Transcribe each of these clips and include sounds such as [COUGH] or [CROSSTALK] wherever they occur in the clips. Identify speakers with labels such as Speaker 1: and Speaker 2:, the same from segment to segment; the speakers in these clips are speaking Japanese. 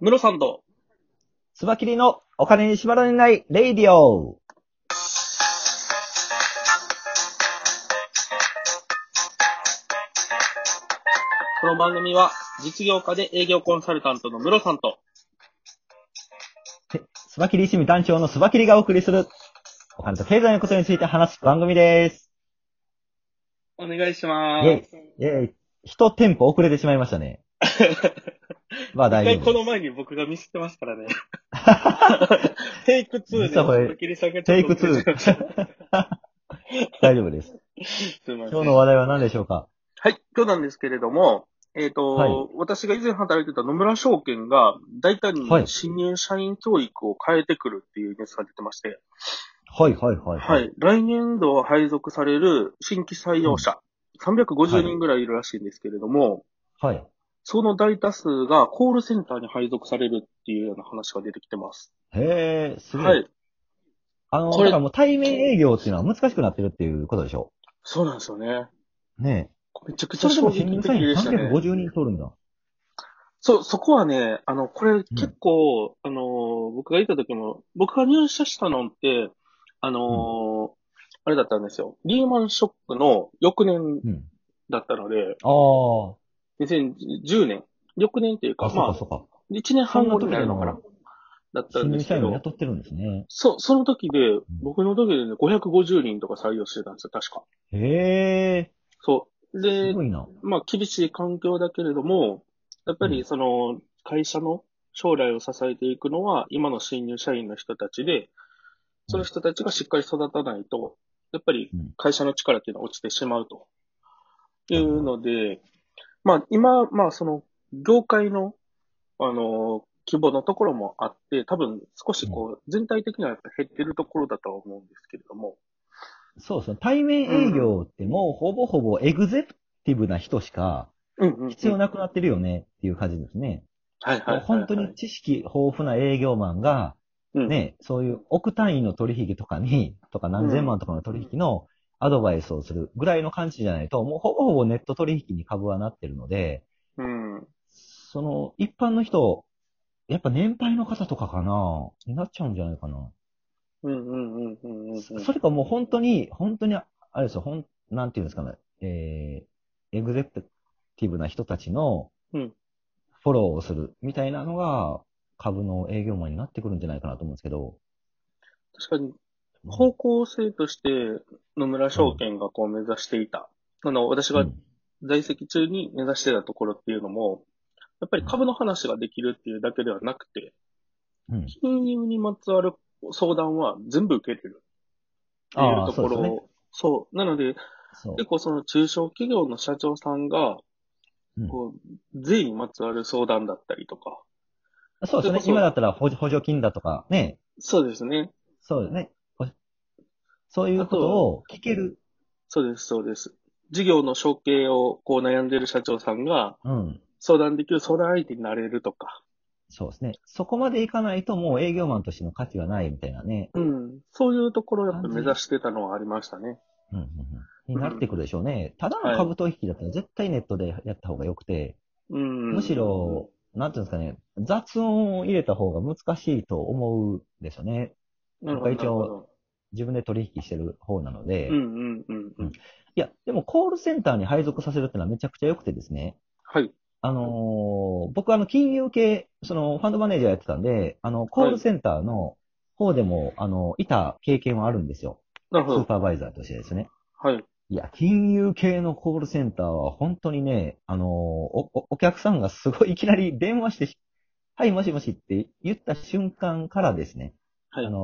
Speaker 1: ムロさんと、
Speaker 2: スバキリのお金に縛られないレイディオ。 [LAUGHS]
Speaker 1: この番組は、実業家で営業コンサルタントのムロさんと、
Speaker 2: スバキリ趣味団長のスバキリがお送りする、お金と経済のことについて話す番組です。
Speaker 1: お願いしま
Speaker 2: イェ
Speaker 1: す。
Speaker 2: イ、イェイ、一店舗遅れてしまいまし
Speaker 1: [LAUGHS]
Speaker 2: たね。まあ
Speaker 1: 一
Speaker 2: 大
Speaker 1: 回
Speaker 2: 丈
Speaker 1: こ
Speaker 2: 夫で
Speaker 1: の前に僕がミスってますからね。
Speaker 2: [LAUGHS]
Speaker 1: テイク2
Speaker 2: 実はこれ
Speaker 1: で、切り下げ
Speaker 2: す。テイク
Speaker 1: 2。
Speaker 2: 2。大丈夫です。
Speaker 1: すいません。
Speaker 2: 今日の話題は何でしょうか
Speaker 1: はい、今日なんですけれども、えっ、と、
Speaker 2: はい
Speaker 1: 私が以前働いてた野村証券が、大胆
Speaker 2: は
Speaker 1: に
Speaker 2: い
Speaker 1: 新入社員教育を変えてくるっていうニュースが出てまして、
Speaker 2: はいはいはい。
Speaker 1: はい、来年度は配属される新規採用者、350人ぐらいいるらしいんですけれども、
Speaker 2: はい。
Speaker 1: その大多数がコールセンターに配属されるっていうような話が出てきてます。
Speaker 2: へえ、すごい。
Speaker 1: はい。
Speaker 2: あの、
Speaker 1: こ
Speaker 2: だ
Speaker 1: れ
Speaker 2: からもう対面営業っていうのは難しくなってるっていうことでしょ
Speaker 1: そうなんですよね。
Speaker 2: ね
Speaker 1: めちゃく
Speaker 2: え。
Speaker 1: ちゃ
Speaker 2: それで
Speaker 1: 衝撃
Speaker 2: も新入
Speaker 1: 的
Speaker 2: 社員
Speaker 1: でしたね。
Speaker 2: 350人取るんだ。
Speaker 1: そう、そこはね、あの、これ結構、あの、僕がいた時も、僕が入社したのって、あの、あれだったんですよ。リーマンショックの翌年
Speaker 2: うん。
Speaker 1: だったので、
Speaker 2: ああ。
Speaker 1: 2010年。翌年っていうか、
Speaker 2: あ、そう
Speaker 1: ま
Speaker 2: か
Speaker 1: あ、
Speaker 2: そうか。
Speaker 1: 1年
Speaker 2: そ
Speaker 1: 半
Speaker 2: んな
Speaker 1: 後に
Speaker 2: 時
Speaker 1: な
Speaker 2: で
Speaker 1: るのかな
Speaker 2: も、
Speaker 1: だった
Speaker 2: 新
Speaker 1: んで
Speaker 2: 入
Speaker 1: すけ
Speaker 2: 社員を
Speaker 1: ど、
Speaker 2: 雇ってるんですね。
Speaker 1: そう、その時で、僕の時でね、550人とか採用してたんですよ、確か。
Speaker 2: へえ、
Speaker 1: そう。
Speaker 2: す
Speaker 1: で、
Speaker 2: ごいな。
Speaker 1: まあ、厳しい環境だけれども、やっぱ
Speaker 2: う
Speaker 1: りその、会社の将来を支えていくのは、今の新入社員の人たちで、その人たちがしっかり育たないと、やっぱり
Speaker 2: うん
Speaker 1: 会社の力っていうのは落ちてしまうと。いうので、まあ、今、まあ、その、業界の、あの、規模のところもあって、多分少しこう、全体的にはやっぱ減ってるところだとは思うんですけれども、
Speaker 2: そうですね。対面営業ってもうほぼほぼエグゼクティブな人しか
Speaker 1: うんうんうん。
Speaker 2: 必要なくなってるよねっていう感じですね。
Speaker 1: はいはいはい、はい。
Speaker 2: 本当に知識豊富な営業マンが、
Speaker 1: うん、
Speaker 2: ね、そういう億単位の取引とかに、とか何千万とかの取引のアドバイスをするぐらいの感じじゃないと、もうほぼほぼネット取引に株はなってるので、
Speaker 1: うん。
Speaker 2: その一般の人、やっぱ年配の方とかかな、になっちゃうんじゃないかな。
Speaker 1: うんうんうんうんうんうん。
Speaker 2: そそれかもう本当に、本当に、あれですよ、ほん、なんていうんですかね、えー、エグゼクティブな人たちの、
Speaker 1: うん
Speaker 2: フォローをするみたいなのが、株の営業マンになってくるんじゃないかなと思うんですけど。
Speaker 1: 確かに、方向性として野村証券がこう目指していた。あの、私
Speaker 2: う
Speaker 1: が
Speaker 2: ん
Speaker 1: 在籍中に目指してたところっていうのも、やっぱり株の話ができるっていうだけではなくて、
Speaker 2: うん。
Speaker 1: 金融にまつわる相談は全部受けれるっていう
Speaker 2: あ
Speaker 1: と
Speaker 2: あ
Speaker 1: ころ
Speaker 2: そう
Speaker 1: を、
Speaker 2: です
Speaker 1: そう
Speaker 2: ね
Speaker 1: なので、
Speaker 2: そう。
Speaker 1: 結構その中小企業の社長さんが、
Speaker 2: うん
Speaker 1: こう、税にまつわる相談だったりとか。
Speaker 2: そうで
Speaker 1: それ
Speaker 2: すね
Speaker 1: こ。そ
Speaker 2: 今だったら補助補助金だとか、ね。
Speaker 1: そうですね。
Speaker 2: そうですね。ほそういうことを聞ける。
Speaker 1: そうです、そうです。事業の承継をこう悩んでる社長さんが
Speaker 2: うん。
Speaker 1: 相談できる相談相手になれるとか、
Speaker 2: そうですね。そこまでいかないともう営業マンとしての価値はないみたいなね。
Speaker 1: うん、そういうところをやっぱ目指してたのはありましたね。
Speaker 2: うんうんうんになってくるでしょうね。ただの株取引だったら絶対ネットでやった方が良くて、
Speaker 1: うん。
Speaker 2: むし、ろ、なんていうんですかね、雑音を入れた方が難しいと思うんですよね。
Speaker 1: なるほど。
Speaker 2: 一応自分で取引してる方なので。
Speaker 1: なるほど、うんうんうんうん。
Speaker 2: いや、でもコールセンターに配属させるってのはめちゃくちゃ良くてですね。
Speaker 1: はい。
Speaker 2: あのー僕あの金融系、そのファンドマネージャーやってたんで、あの、コールセンターの方でも、あの、いた経験はあるんですよ。
Speaker 1: なる
Speaker 2: ス
Speaker 1: ほ
Speaker 2: ー
Speaker 1: ど。
Speaker 2: パーバイザーとしてですね。
Speaker 1: はい。
Speaker 2: いや、金融系のコールセンターは本当にね、あのーお、おお客さんがすごいいきなり [LAUGHS] 電話してし、はい、もしもしって言った瞬間からですね、
Speaker 1: はい
Speaker 2: あのー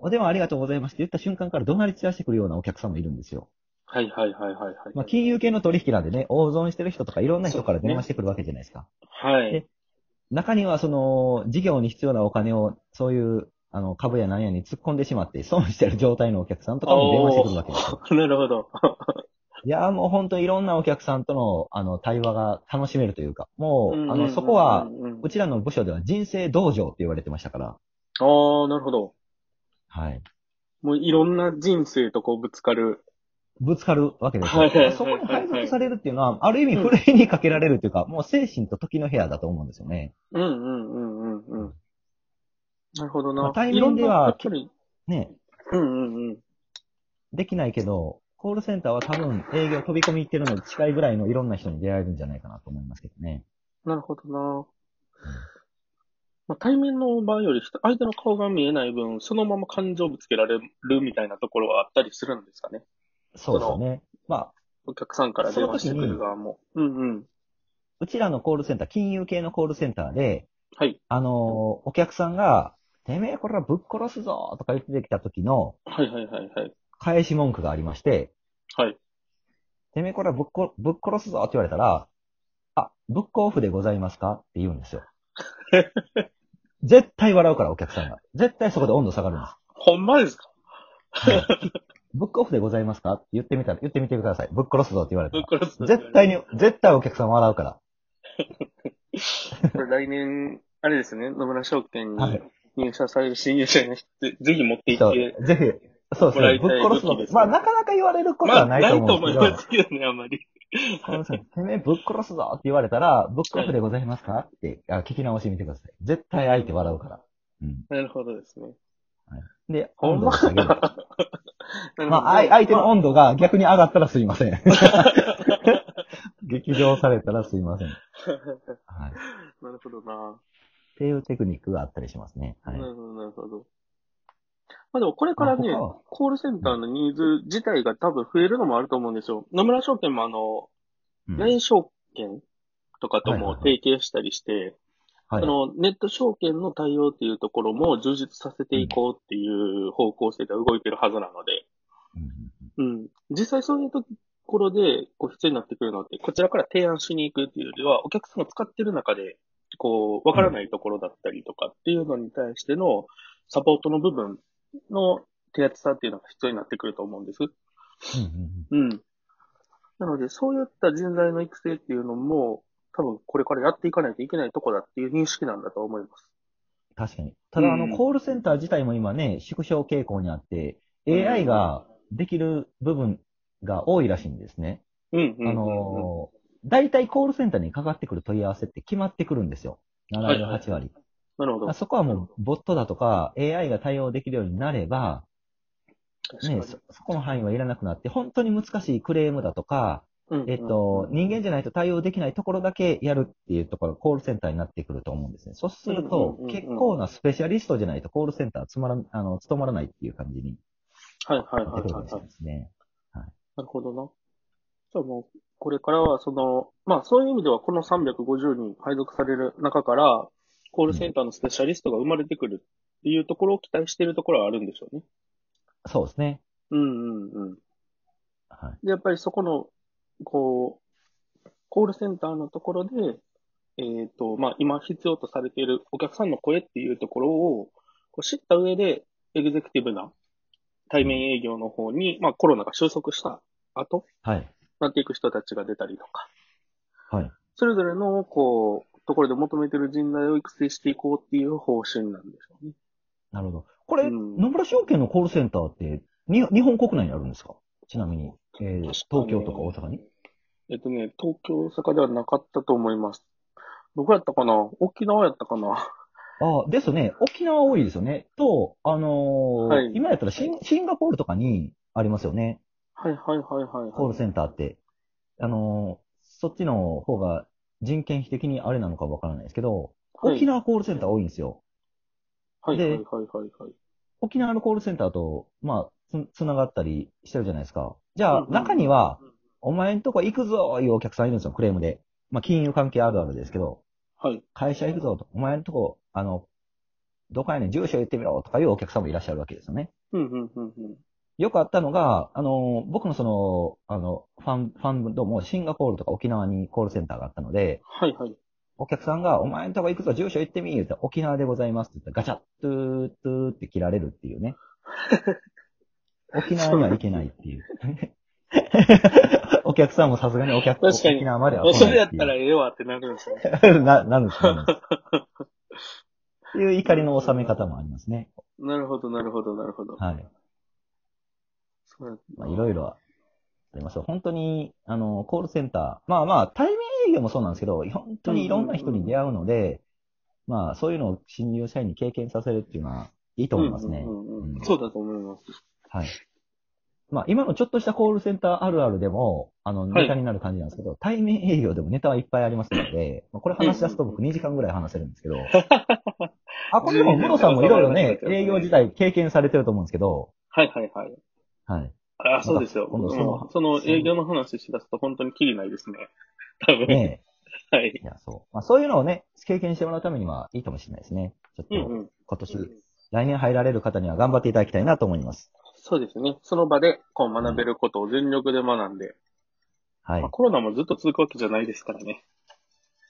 Speaker 2: お電話ありがとうございますって言った瞬間から怒鳴り散らしてくるようなお客さんもいるんですよ。
Speaker 1: はいはいはいはいはい。
Speaker 2: まあ、金融系の取引なんでね、大損してる人とかいろんな人から電話してくるわけじゃないですか。
Speaker 1: はい。
Speaker 2: え中にはその、事業に必要なお金を、そういう、あの、株や何やに突っ込んでしまって損してる状態のお客さんとかも電話してくるわけですよ。
Speaker 1: おー [LAUGHS] なるほど。
Speaker 2: いやーもう本当いろんなお客さんとの、あの、対話が楽しめるというか、もう、あの、そこは
Speaker 1: う、んうんうんうん
Speaker 2: うちらの部署では人生道場って言われてましたから、
Speaker 1: ああ、なるほど。
Speaker 2: はい。
Speaker 1: もういろんな人生とこうぶつかる
Speaker 2: ぶつかるわけですよ。
Speaker 1: はいはいはいはい
Speaker 2: そこに配属されるっていうのは、ある意味、ふるいにかけられるっていうか、もう精神と時の部屋だと思うんですよね。
Speaker 1: うんうんうんうんうん。なるほど
Speaker 2: ま
Speaker 1: な
Speaker 2: あ。対
Speaker 1: いろ
Speaker 2: 面
Speaker 1: ん
Speaker 2: で
Speaker 1: なや
Speaker 2: は
Speaker 1: っぱり、
Speaker 2: ね、
Speaker 1: うんうんうん。
Speaker 2: できないけど、コールセンターは多分営業飛び込み行ってるのに近いぐらいのいろんな人に出会えるんじゃないかなと思いますけどね。
Speaker 1: なるほどな。まあ、対面の場合より、相手の顔が見えない分、そのまま感情ぶつけられるみたいなところはあったりするんですかね。
Speaker 2: そうですよね。まあ、
Speaker 1: お客さんから電話してくる側も。うんうん。
Speaker 2: うちらのコールセンター、金融系のコールセンターで、
Speaker 1: はい。
Speaker 2: あのーお客さんが、てめえこれはぶっ殺すぞとか言ってきた時の
Speaker 1: はいはいはいはい。
Speaker 2: 返し文句がありまして、
Speaker 1: はい。
Speaker 2: てめえこれはぶっこぶっ殺すぞって言われたら、あ、ブックオフでございますかって言うん
Speaker 1: [LAUGHS]
Speaker 2: ですよ。絶対笑うから、お客さんが。絶対そこで温度下がるんです。
Speaker 1: ほんまですか
Speaker 2: ブックオフでございますかって言ってみたら、言ってみてください。ぶっ殺すぞって言われた
Speaker 1: ぶっ
Speaker 2: ら。
Speaker 1: 殺す。
Speaker 2: 絶対に、絶対お客さん笑うから。
Speaker 1: これ来年、あれですね、野村証券
Speaker 2: はい
Speaker 1: に入社される新入社員の人、ぜひ持っていっ
Speaker 2: そう
Speaker 1: て、
Speaker 2: ぜひ、そうですね。
Speaker 1: も
Speaker 2: ぶっ
Speaker 1: らいたい
Speaker 2: 殺すぞ
Speaker 1: 武器ですね
Speaker 2: まあ、なかなか言われること
Speaker 1: まあ、
Speaker 2: はな
Speaker 1: ないい
Speaker 2: と
Speaker 1: と
Speaker 2: 思うん
Speaker 1: 思
Speaker 2: です
Speaker 1: い
Speaker 2: けど、
Speaker 1: ますけどね、あんま
Speaker 2: [LAUGHS]
Speaker 1: り。
Speaker 2: この人てめえぶっ殺すぞって言われたら、ブックオフでございますかってあ聞き直してみてください。絶対相手笑うから。うん。
Speaker 1: なるほどですね。
Speaker 2: で、
Speaker 1: ほん
Speaker 2: 温度
Speaker 1: ま [LAUGHS]
Speaker 2: を下げる。まあ、あい
Speaker 1: あ
Speaker 2: 相手の温度が逆に上がったらすい
Speaker 1: [LAUGHS]
Speaker 2: ません。激情されたらすいません。はい。っ
Speaker 1: なるほどな。
Speaker 2: ていうテクニックがあったりしますね。はい。
Speaker 1: なるほど、なるほど。まあでもこれからね
Speaker 2: まあ他は、
Speaker 1: コールセンターのニーズ自体が多分増えるのもあると思うんですよ。野村証券もあの、
Speaker 2: うん
Speaker 1: ライン証券とかとも
Speaker 2: はいはいは
Speaker 1: 提携したりして、
Speaker 2: はい
Speaker 1: そのネット証券の対応っていうところも充実させていこうっていう方向性が動いてるはずなので、
Speaker 2: うん
Speaker 1: うん。実際そういうところで、こう必要になってくるのって、こちらから提案しに行くっていうよりは、お客さんが使ってる中で、こう、わからないところだったりとかっていうのに対してのサポートの部分の手厚さっていうのが必要になってくると思うんです。
Speaker 2: うんうん
Speaker 1: うん。なので、そういった人材の育成っていうのも、多分これからやっていかないといけないとこだっていう認識なんだと思います。
Speaker 2: 確かに。ただ、あ
Speaker 1: うん
Speaker 2: の、コールセンター自体も今ね、縮小傾向にあって、
Speaker 1: うん
Speaker 2: AI ができる部分が多いらしいんですね。
Speaker 1: うん、
Speaker 2: あ
Speaker 1: うん。
Speaker 2: のー、大体コールセンターにかかってくる問い合わせって決まってくるんですよ。7割、8割。
Speaker 1: なるほど。
Speaker 2: そこはもう、ボットだとか、AI が対応できるようになれば、
Speaker 1: 確か
Speaker 2: ね
Speaker 1: に、
Speaker 2: そ、そこの範囲はいらなくなって、本当に難しいクレームだとか、
Speaker 1: うんうん
Speaker 2: えっと、人間じゃないと対応できないところだけやるっていうところ、コールセンターになってくると思うんですね。そうすると
Speaker 1: うんうんうんうん、
Speaker 2: 結構なスペシャリストじゃないとコールセンターつまらん、あの、務まらないっていう感じに
Speaker 1: はいはい
Speaker 2: なっ
Speaker 1: は
Speaker 2: て
Speaker 1: い
Speaker 2: くる
Speaker 1: は
Speaker 2: かも
Speaker 1: い
Speaker 2: し
Speaker 1: はい
Speaker 2: れない。ですね。
Speaker 1: なるほどな。じゃあもう、これからは、その、まあそういう意味では、この350人配属される中から、コールセンターのスペシャリストが生まれてくるっていうところを期待しているところはあるんでしょうね。
Speaker 2: そうですね。
Speaker 1: うんうんうん。
Speaker 2: はい。
Speaker 1: で、やっぱりそこの、こう、コールセンターのところで、えっ、と、まあ今必要とされているお客さんの声っていうところをこう知った上で、エグゼクティブな対面営業の方に、まあコロナが収束した後、
Speaker 2: はい。
Speaker 1: なっていく人たちが出たりとか、
Speaker 2: はい。
Speaker 1: それぞれの、こう、ところで求めてる人材を育成していこうっていう方針なんでしょうね。
Speaker 2: なるほど。これ、
Speaker 1: うん
Speaker 2: 野村証券のコールセンターって、に日本国内にあるんですかちなみに、え
Speaker 1: 確
Speaker 2: ー
Speaker 1: かに
Speaker 2: 東京とか大阪に
Speaker 1: えっとね、東京、大阪ではなかったと思います。どこやったかな沖縄やったかな [LAUGHS]
Speaker 2: ああ、ですね。沖縄多いですよね。と、あのー
Speaker 1: はい
Speaker 2: 今やったらシンシンガポールとかにありますよね。
Speaker 1: はいはいはいはい、
Speaker 2: コー
Speaker 1: はい。
Speaker 2: ルセンターって。あのーそっちの方が人件費的にあれなのかわからないですけど、
Speaker 1: はい
Speaker 2: 沖縄コールセンター多いんですよ。
Speaker 1: はいはい
Speaker 2: で
Speaker 1: はいはいはい。
Speaker 2: 沖縄のコールセンターと、まあ、つ、つながったりしてるじゃないですか。じゃ
Speaker 1: うん
Speaker 2: あ
Speaker 1: う、ん
Speaker 2: 中には、お前んとこ行くぞーいうお客さんいるんですよ、クレームで。まあ、金融関係あるあるですけど、
Speaker 1: はい。
Speaker 2: 会社行くぞと、お前んとこ、あの、どこやねん、住所言ってみろとかいうお客さんもいらっしゃるわけですよね。
Speaker 1: うんうんうんうん。
Speaker 2: よくあったのが、あの、僕のその、あの、ファン、ファンドもシンガポールとか沖縄にコールセンターがあったので、
Speaker 1: はいはい。
Speaker 2: お客さんが、お前んとこ行くぞ、住所言ってみ言うて、沖縄でございますって言ったら、ガチャッ、トゥー、トゥーって切られるっていうね。
Speaker 1: [LAUGHS]
Speaker 2: 沖縄には行けないっ
Speaker 1: [LAUGHS]
Speaker 2: ていう。お客さんもさすがにお客
Speaker 1: 確かに
Speaker 2: 沖縄までは
Speaker 1: もうそれやったら
Speaker 2: い
Speaker 1: ええわってなるんですね。 [LAUGHS]
Speaker 2: っていう [LAUGHS] な、なんですかね。っていう怒りの収め方もありますね。
Speaker 1: なるほどなるほどなるほど。
Speaker 2: はい。
Speaker 1: そうや
Speaker 2: まあ、いろいろありますよ。本当に、あの、コールセンター。まあまあ、対面営業もそうなんですけど、本当にいろんな人に出会うので、まあ、そういうのを新入社員に経験させるっていうのは、いいと思いますね。
Speaker 1: うんうんうん
Speaker 2: うん
Speaker 1: そうだと思います。
Speaker 2: はい。まあ、今のちょっとしたコールセンターあるあるでも、あの、
Speaker 1: はい
Speaker 2: ネタになる感じなんですけど、対面営業でもネタはいっぱいありますので、まあ、これ話し出すと僕2時間ぐらい話せるんです [LAUGHS] けど、あ、これでも、ムロさんもいろいろ [LAUGHS] ね、営業時代経験されてると思うんですけど、
Speaker 1: はいはいはい。
Speaker 2: はい。
Speaker 1: あ、そうですよ。
Speaker 2: 今度その
Speaker 1: うんその営業の話しだすと本当にキリない [LAUGHS] ですね。多分。
Speaker 2: ね
Speaker 1: はい。
Speaker 2: え、いや、そう。まあ、そういうのをね、経験してもらうためにはいいかもしれないですね。ちょっ
Speaker 1: うん
Speaker 2: と、
Speaker 1: うん。
Speaker 2: 今年、来年入られる方には頑張っていただきたいなと思います。
Speaker 1: そうですね。その場でこう学べることを全力で学んで、
Speaker 2: はい
Speaker 1: まあ、。コロナもずっと続くわけじゃないですからね。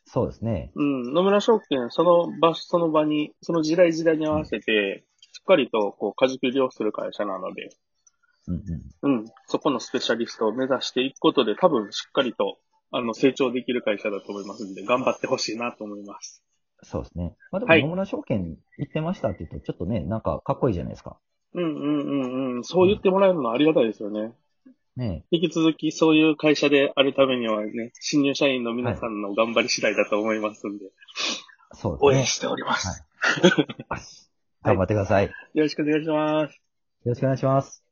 Speaker 2: そうですね。
Speaker 1: うん。野村証券、その場、その場に、その時代時代に合わせて、しっかりとこう、家事切りをする会社なので、
Speaker 2: うんうん。
Speaker 1: うん。そこのスペシャリストを目指していくことで、多分しっかりと、あの、成長できる会社だと思いますんで、頑張ってほしいなと思います。
Speaker 2: そうですね。まあ、でも
Speaker 1: はい
Speaker 2: 野村証券行ってましたって言うと、ちょっとね、なんかかっこいいじゃないですか。
Speaker 1: うんうんうんうん。そう言ってもらえるのはありがたいですよね。
Speaker 2: ね
Speaker 1: 引き続きそういう会社であるためにはね、新入社員の皆さんの頑張り次第だと思いますんで、
Speaker 2: えそう
Speaker 1: 応
Speaker 2: で
Speaker 1: 援
Speaker 2: す
Speaker 1: しております。
Speaker 2: ね。頑張ってください。よ
Speaker 1: よろしくお願いします。
Speaker 2: ろしくお願いします。